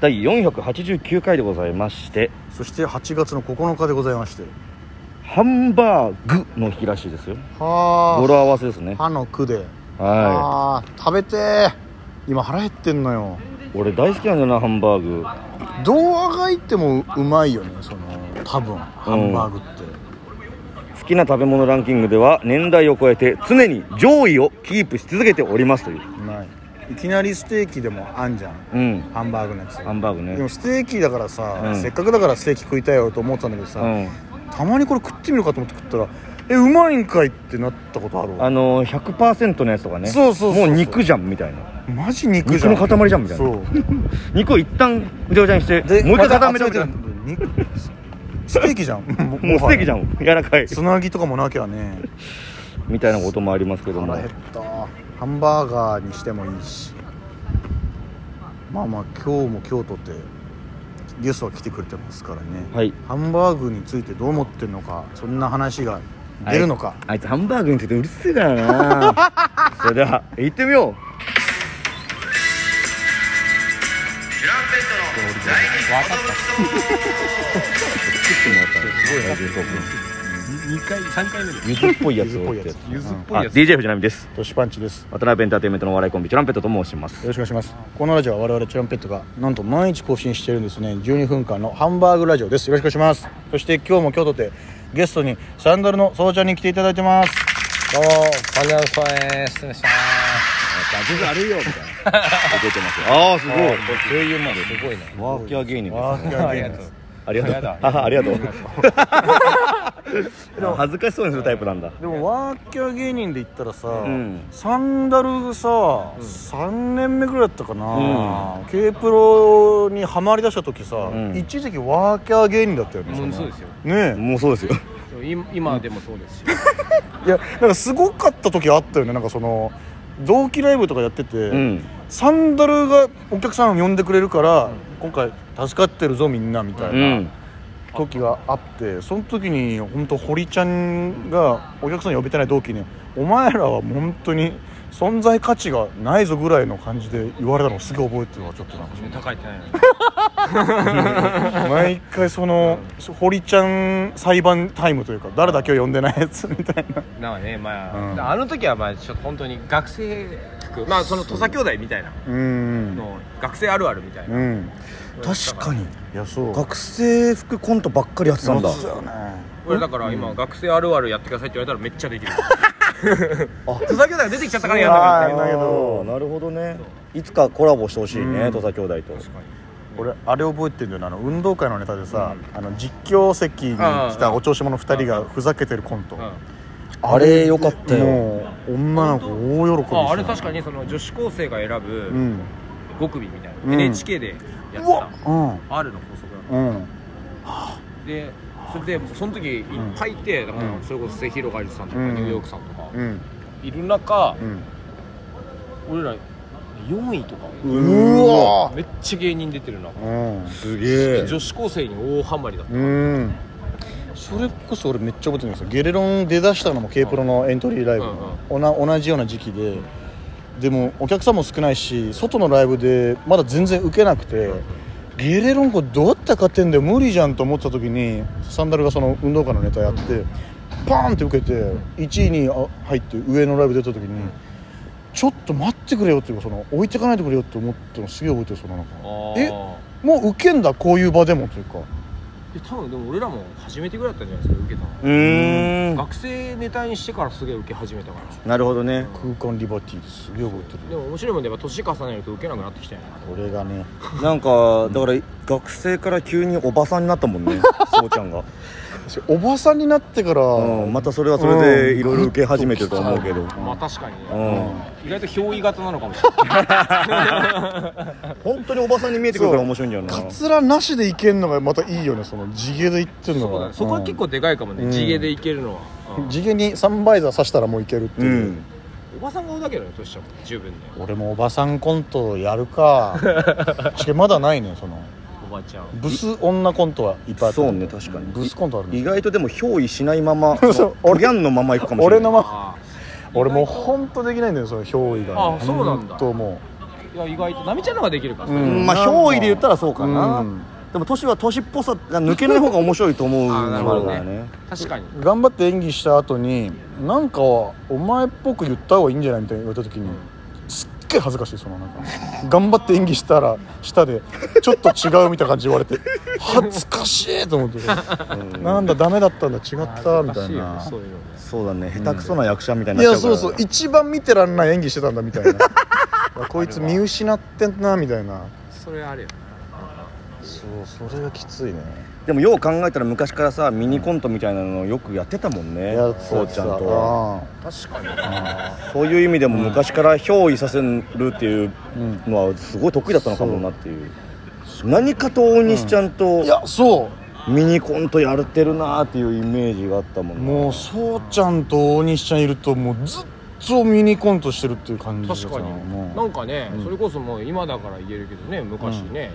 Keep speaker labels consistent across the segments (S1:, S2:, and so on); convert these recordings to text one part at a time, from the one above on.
S1: 第489回でございまして
S2: そして8月の9日でございまして
S1: ハンバーグの日らしいですよ語
S2: は
S1: 呂合わせですね
S2: あ歯の句で、
S1: は
S2: あー食べてー今腹減ってんのよ
S1: い俺大好きなんだよなハンバーグ
S2: どうあがいてもうまいよねその多分ハンバーグって、
S1: 好きな食べ物ランキングでは年代を超えて常に上位をキープし続けておりますという
S2: うまいいきなりステーキでもあんじゃん
S1: うん
S2: ハンバーグのやつ
S1: ハンバーグね
S2: でもステーキだからさ、
S1: うん
S2: せっかくだからステーキ食いたいよと思ってたんだけどさ、
S1: う
S2: たまにこれ食ってみるかと思って食ったらえうまいんかいってなったことある
S1: ん、あのー、100%のやつとかね
S2: そうそうそうそう
S1: もう肉じゃんみたいな
S2: マジ肉じゃん
S1: 肉の塊じゃんみたいな
S2: そう
S1: 肉を一旦ぐちゃぐちゃにしてもう一回固めたみたいな、
S2: ま集めてる肉ステーキじゃん
S1: も
S2: も
S1: うステーキじ
S2: ゃ
S1: ゃん柔らかい
S2: つなぎとかもなきゃね
S1: みたいなこともありますけども
S2: 腹減ったハンバーガーにしてもいいしまあまあ今日も今日とてゲストは来てくれてますからね、
S1: はい
S2: ハンバーグについてどう思ってんのかそんな話が出るのか、
S1: あいつハンバーグについてうるせえから なそれでは行ってみよう
S3: 二回三回目で
S1: ゆずっぽいや
S2: ゆ
S1: つ
S2: ずっ
S1: を
S2: ぽい
S1: っ
S2: や
S1: て
S2: つ
S3: ゆずっぽ
S1: あ
S3: いやつ
S1: DJ 藤波です
S2: トシパンチですよ
S1: 渡辺エンターテインメントのお笑いコンビチュランペットと申します
S2: ろしくお願いしますこのラジオは我々チュランペットがなんと毎日更新してるんですね12分間のハンバーグラジオですよろしくお願いしますそして今日も今日とてゲストにサンダルのそうちゃんに来ていただいてます
S4: どうも、パンダルスパです。失礼します。
S1: 全然あるよみたいな出てますよああすごい
S4: 声優まですごいね。
S1: ワーキャー芸人です
S2: あり
S4: ありがとう。
S1: ありがとう
S4: やだ
S1: ああり がとう恥ずかしそうにするタイプなんだ
S2: でもワーキャー芸人で言ったらさ、
S1: ん
S2: サンダルがさ、3年目ぐらいだったかな、K プロにハマりだした時さ、
S1: ん
S2: 一時期ワーキャー芸人だったよね、
S4: もうそうですすよ。
S2: ね
S1: もうそうですよ
S4: 今今でもそうですし。
S2: えいやなんかすごかった時あったよねなんかその同期ライブとかやってて、
S1: うん
S2: サンダルがお客さんを呼んでくれるから、今回助かってるぞみんなみたいうなん時があってその時に本当堀ちゃんがお客さん呼べてない同期に「お前らは本当に存在価値がないぞ」ぐらいの感じで言われたのをすげえ覚えてるわちょっとなんか
S4: 高いってないのに。
S2: 毎回その堀ちゃん裁判タイムというか誰だけを呼んでないやつみたいな
S4: なんかね、まあ、
S2: うん
S4: あの時はまあちょっと本当に学生服、まあその土佐兄弟みたいな
S2: うん
S4: の学生あるあるみたいな。
S2: うん確かに
S1: いやそう
S2: 学
S1: 生服コントばっかりやってたんだ
S2: そうだよね
S4: 俺だから今学生あるあるやってくださいって言われたらめっちゃできる。土佐兄弟が出てきちゃったからやんなかったけ
S2: うわだ
S4: ど。
S2: けど
S1: なるほどねいつかコラボしてほしいね
S2: うん
S1: 土佐兄弟と
S2: 俺あれ覚えてるんだよねあの運動会のネタでさ、あの実況席に来たお調子者2人がふざけてるコント、
S4: うん
S1: あれよかったよ
S2: もう女の子大喜びして
S4: ああれ確かにその女子高生が選
S2: う
S4: ぶ
S2: ん
S4: 5組みたいな、
S2: うん
S4: NHK でやっ
S2: う
S4: て
S2: わ
S4: た
S2: うん
S4: あるの法則だ
S2: うん
S4: でそれでその時いっぱいいて、だからそれこそ末広がりさんとか
S2: うん
S4: ニューヨークさんとか
S2: うん
S4: いる中、
S2: うん
S4: 俺ら4位とか
S2: うわ
S4: めっちゃ芸人出てるな
S2: うん
S1: すげ
S4: 女子高生に大ハマりだった
S2: うんそれこそ俺めっちゃ覚えてるんですよゲレロン出だしたのも k ー p r o のエントリーライブの、おな同じような時期ででもお客さんも少ないし外のライブでまだ全然ウケなくてゲレロンこれどうやって勝てんだよ無理じゃんと思ってた時にサンダルがその運動会のネタやってバーンって受けて1位にあ入って上のライブ出た時にちょっと待ってくれよっていうかその置いてかないでくれよって思ってのすげえ覚えてるそのなんかえもうウケんだこういう場でもというか
S4: え多分でも俺らも初めてぐらいだったんじゃないですか受けたの、
S1: うーん
S4: 学生ネタにしてからすげえ受け始めたから
S1: なるほどね
S2: 空間リバティですすげえ覚えてる
S4: でも面白いもんでやっぱ年重ねると受けなくなってきたよね
S2: これがね
S1: なんかだから学生から急におばさんになったもん ねそうちゃんが
S2: 私おばさんになってから、
S1: うんまたそれはそれでいろいろ受け始めてると思うけど
S4: まあ確かに
S1: う
S4: ね、
S1: ん
S4: 意外と憑依型なのかもしれない
S1: 本当におばさんに見えてくるから面白いんだよな
S2: カツラなしでいけんのがまたいいよねその地毛でいってんの
S4: そうだ
S2: が
S4: ねそこは結構でかいかもね、
S2: うん
S4: 地毛でいけるのは、
S2: う
S4: うんん
S2: 地毛にサンバイザー刺したらもういけるって
S1: う
S2: いう、
S1: ん
S4: おばさん顔だけどね年ちゃんも十分ね
S2: 俺もおばさんコントやるか しかもまだないねその
S4: おばちゃん
S2: ブス女コントはいっぱいあったけ
S1: そ
S2: ど
S1: うね確かに
S2: ブスコントある
S1: 意
S2: ね
S1: 外とでも憑依しないま まギ
S2: そう俺
S1: ャンのままいくかもしれ
S2: 俺
S1: な
S2: の
S1: い
S2: ま
S4: あ
S2: 俺もうほんとできないんだよその憑依が、
S4: あそうなんだ
S2: ほともう
S4: ーが意外となみちゃんの方ができるから、
S2: うん
S1: まあ憑依で言ったらそうかな、
S2: うん
S1: でも年は年っぽさが抜けない方が面白いと思う
S4: あーなる
S1: の
S4: ほ
S1: あ
S4: ど
S1: る
S4: ね
S1: からね
S4: 確かに
S2: 頑張って演技した後になんかお前っぽく言った方がいいんじゃないみたいに言われた時にすっげえ恥ずかしいそのなんか頑張って演技したら下でちょっと違うみたいな感じ言われ て恥ずかしいと思ってなんだダメだったんだ違ったみたいな
S4: そういうのね
S1: そうだね下手くそな役者みたい
S2: い
S1: になっち
S2: や
S1: ゃ
S2: そうう
S1: か
S2: そ
S1: ら
S2: う一番見てらんない演技してたんだみたいな いやこいつ見失ってんなみたいな
S4: それあれよ
S2: そうそれがきついね
S1: でもよう考えたら昔からさミニコントみたいなのよくやってたもん
S2: い
S1: ね
S2: や
S1: そうちゃんと
S2: と
S4: 確かに
S1: そういう意味でも昔から憑依させるっていう
S2: うん
S1: のはすごい得意だったのかもなっていう何かと大西ちゃんと
S2: いやそう
S1: ミニコントやれてるなーっていうイメージがあったもんね
S2: もうそうちゃんと大西ちゃんいるともうずっとミニコントしてるっていう感じだ
S4: 確かに
S2: もう
S4: なんかね、
S2: うん
S4: それこそもう今だから言えるけどね昔ね、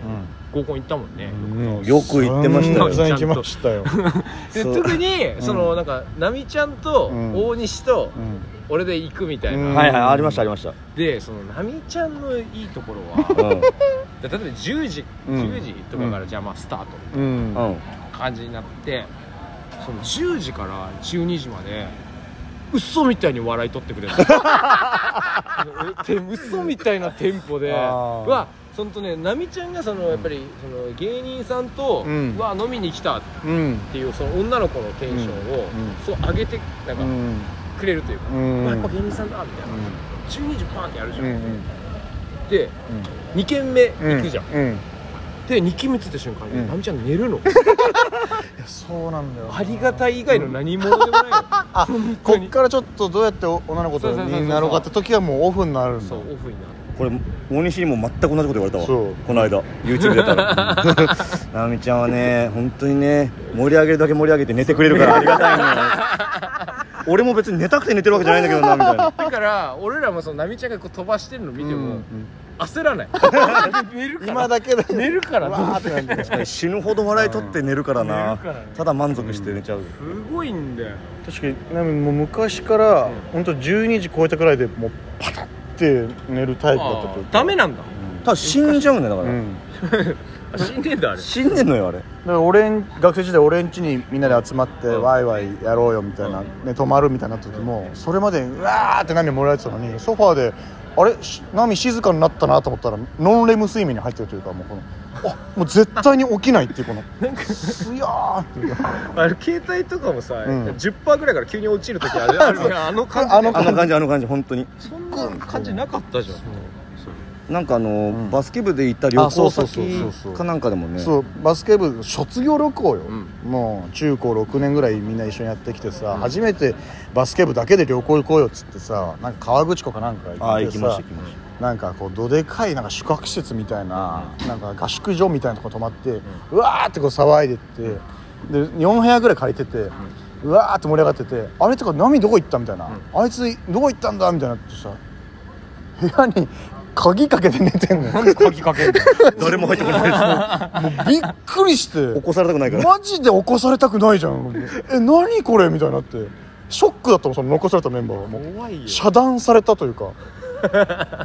S4: 合コン行ったもんね、
S2: うん
S1: よく言ってましたよ
S2: 散々行きましたよ、
S4: で
S1: そう
S4: 特に
S2: ん
S4: そのなんか奈美ちゃんと
S2: うん
S4: 大西と
S2: うん
S4: 俺で行くみたいな、
S2: うん
S1: はいはいありましたありました、
S4: でその奈美ちゃんのいいところは
S1: うん
S4: で例えば10時
S2: うん
S4: 10時とかか
S2: う
S4: らじゃあまあスタート
S2: うん
S1: うん、
S4: 感じになってその10時から12時まで嘘みたいに笑い取ってくれ るあのて嘘みたいなテンポで
S2: あー
S4: はそのとね奈美ちゃんがそのやっぱりその芸人さんと、
S2: うん
S4: は飲みに来たっ
S2: うん
S4: ていうその女の子のテンション
S2: う
S4: を、
S2: ん
S4: そう上げてなんか
S2: うん
S4: くれるというか、
S2: うん
S4: うわやっぱ芸人さんだみたいな、12時パーンってやるじゃん、
S2: うん
S4: で2軒目行くじゃん、
S2: うん、い
S4: で2軒目着いた瞬間に、
S2: うん
S4: 奈美ちゃん寝るの
S2: やそうなんだよな
S4: ありがたい以外の何者でもないの
S2: あこっからちょっとどうやって女の子と
S4: そうそうそうそう
S2: になろうかって時はもうオフになるんだ
S4: そうオフになる
S1: これ大西にも全く同じこと言われたわ
S2: そう
S1: この間 YouTube 出た ら直美ちゃんはね本当にね盛り上げるだけ盛り上げて寝てくれるからありがたいのよ俺も別に寝たくて寝てるわけじゃないんだけどなみたいな
S4: だから俺らもそのナミちゃんがこう飛ばしてるの見ても、焦 らない寝るから
S2: 今だけで
S4: 寝るから
S2: わーってなる
S1: 確かに死ぬほど笑い取って寝るからな、
S4: うん寝るからね
S1: ただ満足して寝ちゃう、
S4: すごいんだよ
S2: 確かになんかもう昔から本当12時超えたくらいでもうパタって寝るタイプだったというか
S4: ダメなんだ
S1: ただ死んじゃうんだよだ
S2: う
S1: から、
S2: ん
S4: あ 死んでんだあれ
S1: 死んでんのよあれ
S2: だから俺ん学生時代俺ん家にみんなで集まって
S4: うん
S2: ワイワイやろうよみたいな、ね、泊まるみたいな時もそれまでうわーって何もらえてたのにソファーであれし波静かになったなと思ったらノンレム睡眠に入ってるというかもうこのあもう絶対に起きないっていうこのすやーっていうか
S4: あれ携帯とかもさ、
S2: うん
S4: 10%ぐらいから急に落ちる時あれ あるあの感じ、ね、
S2: あの
S1: あの感じあの感じ本当に
S4: そんな感じなかったじゃん
S1: なんかあの、
S2: ん
S1: バスケ部で行った旅
S2: あそ
S1: 行
S2: うそうそうそう
S1: 先かなんかでもね
S2: そうバスケ部卒業旅行よ、
S4: ん
S2: もう中高6年ぐらいみんな一緒にやってきてさ、初めてバスケ部だけで旅行行こうよっつってさなんか川口湖かなんか
S1: あ
S2: 行
S1: あ
S2: っ
S1: 行
S2: て
S1: き
S2: さ
S1: ました行きまし
S2: なんかこうどでかいなんか宿泊施設みたいななんか合宿所みたいなとこ泊まって、うわーってこう騒いでってで4部屋ぐらい借りてて、うわーって盛り上がっててあれとか波どこ行ったみたいな、あいつどこ行ったんだみたいになってさ部屋に鍵かけて寝てんのよもう
S4: 鍵かける
S1: た誰も入ってこ ない
S2: びっくり して
S1: です起こされたくないから
S2: マジで起こされたくないじゃんえ何これみたいになってショックだったもんその残されたメンバーがもう
S4: 怖いよ
S2: 遮断されたというか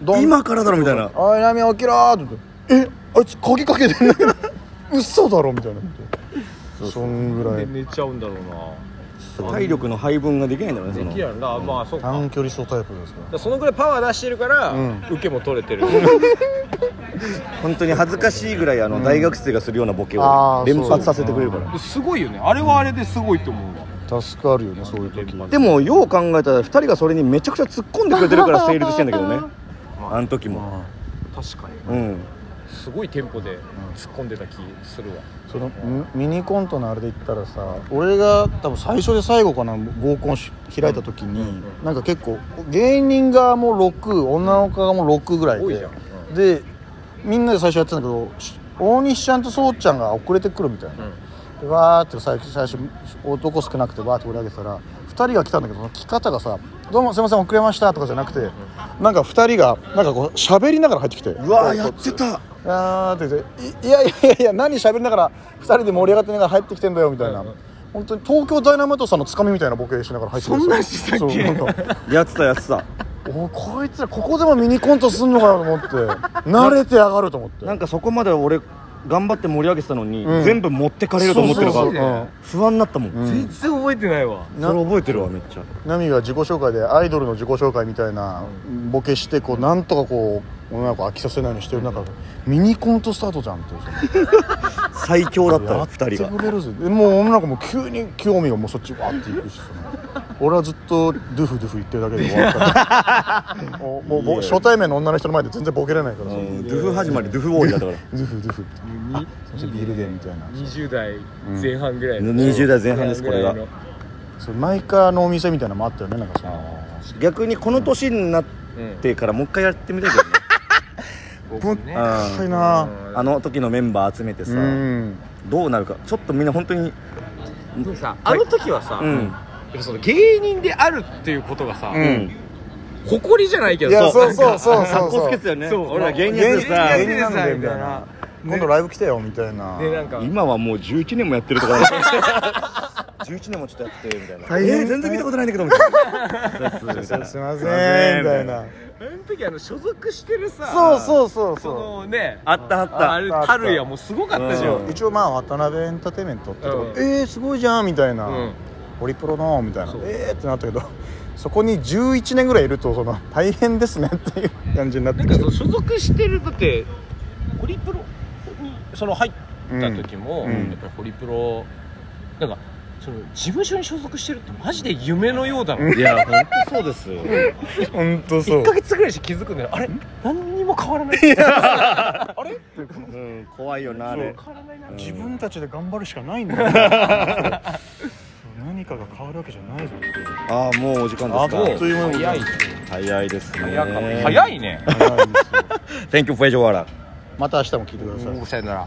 S2: どん
S1: 今からだろみたいな
S2: おい波起きろーって言ってえあいつ鍵かけてんだけど 嘘だろみたいなそんぐら
S4: で
S2: い
S4: 寝ちゃうんだろうな
S1: 体力の配分ができないんだろうね
S4: で
S1: その
S4: きないんだ、まあそうかだか
S2: 短距離走タイプですから
S4: そのぐらいパワー出してるから、
S2: うん
S4: 受けも取れてる
S1: 本当に恥ずかしいぐらいあの、大学生がするようなボケ
S2: あ
S1: を
S2: ー
S1: 連発させてくれるから
S4: すごいよねあれはあれですごいと思うわ
S2: 助かるよねそういう時
S1: でもよう考えたら2人がそれにめちゃくちゃ突っ込んでくれてるから成立してんだけ どねあの時も
S4: 確かに
S1: うん
S4: すごいテンポで突っ込んでた気するわ、
S2: そのミミニコントのあれで言ったらさ俺が多分最初で最後かな合コンし開いた時に、なんか結構芸人側も6女の子側も6ぐらい
S4: 多い
S2: で
S4: じゃん、
S2: でみんなで最初やってたんだけどし大西ちゃんとそうちゃんが遅れてくるみたいな、
S4: うん
S2: でわーって最初最初男少なくてわーって盛り上げてたら2人が来たんだけどその来方がさ「どうもすいません遅れました」とかじゃなくて、なんか2人がなんかこう喋りながら入ってきて
S1: うわーやってた
S2: あーって言ってい「いやいやいや何喋りながら2人で盛り上がってながら入ってきてんだよ」みたいな、本当に東京ダイナマイトさんのつかみみたいなボケしながら入ってきて
S4: そんなんしたっけ
S2: そうなんか
S1: やってたやってた
S2: おこいつらここでもミニコントすんのかな と思って慣れてやがると思って
S1: なんかそこまで俺頑張って盛り上げてたのに、
S2: うん
S1: 全部持ってかれると思ってるか
S2: そうそう
S1: ら
S2: そう
S1: 不安になったもん、
S2: うん
S1: そ
S4: 全然覚えてないわ
S1: れ覚えてるわめっちゃ
S2: ナミが自己紹介でアイドルの自己紹介みたいなボケしてこうなんとかこう女の子飽きさせないようにしてる中でミニコントスタートじゃんって
S1: 最強だった
S2: や
S1: よ
S2: っ
S1: 2
S2: て
S1: 人が
S2: くれるぜでもう女の子も急に興味がもうそっちわーっていくしその俺はずっとドゥフドゥフ言ってるだけで終わった もうもうぼ初対面の女の人の前で全然ボケれないか
S1: う
S2: らその
S1: んドゥフ始まりドゥフ終わりだったから
S2: ドゥフドゥフって
S4: もう
S2: そしてビールでみたいな
S4: 20代前半ぐらいの、
S1: 20代前半ですこれが
S4: ぐらいの
S2: そうマイカーのお店みたいなのもあったよねなんかその
S1: 逆にこの年になっ
S4: うん
S1: てからもう一回やってみたいけどね
S4: 僕ね
S2: 深い
S1: あ
S2: な
S1: あの時のメンバー集めてさ、
S2: うん
S1: どうなるかちょっとみんな本当に
S4: でもさあの時はさ、
S1: うん
S4: でもその芸人であるっていうことがさ、
S2: うん
S4: 誇りじゃないけど
S2: いやそう
S4: なん
S2: そう
S4: か
S2: そう
S1: か
S2: そ
S1: っこ
S2: うそ
S1: つ
S2: う
S1: けてたよね
S4: そう
S1: 俺ら芸人
S4: 芸
S1: で
S4: 人
S1: さ
S4: 芸人
S2: なんだよみたい
S4: ね
S2: な今度ライブ来てよみたいな
S4: でなんか
S1: 今はもう11年もやってると かだから11年もちょっとやっててみたいな
S2: 大変
S1: えー全然見たことないんだけどみたいなそうっすみたいな
S2: すいませんみたいな
S4: あの時あの所属してるさ
S2: そう
S4: う
S2: そうそう
S4: そ
S2: そ
S4: のね
S1: あったあった
S4: あれたるやもうすごかったじゃ
S1: うん
S2: う一応まあ渡辺エンターテインメントってとこ
S4: うん
S2: えーすごいじゃんみたいな、
S4: うん
S2: ホリプロのみたいな
S4: そう
S2: えーってなったけどそこに11年ぐらいいるとその大変ですねっていう感じになって
S4: なん
S2: く
S4: か
S2: る
S4: その所属してるだってホリプロにその入った時も、
S2: うんうん
S4: やっぱりホリプロなんかその事務所に所属してるってマジで夢のようだな、
S1: いや本当そうですよ
S2: 本当そ
S4: 1
S2: う
S4: か月ぐらいして気づくんだよあれ何にも変わらないあれってこの
S1: うん怖いよなあ
S4: 変
S1: れ
S4: わらないな、
S1: うん
S2: 自分たちで頑張るしかないんだよ そう何かが変わるわけじゃないぞっていう
S1: ああもうお時間です
S2: あ
S1: か
S2: もうという間に
S4: 早い
S1: 早いですね
S4: 早かった早いね
S2: 早いんですよ
S1: Thank you for your water
S2: また明日も聞いてください
S4: さよなら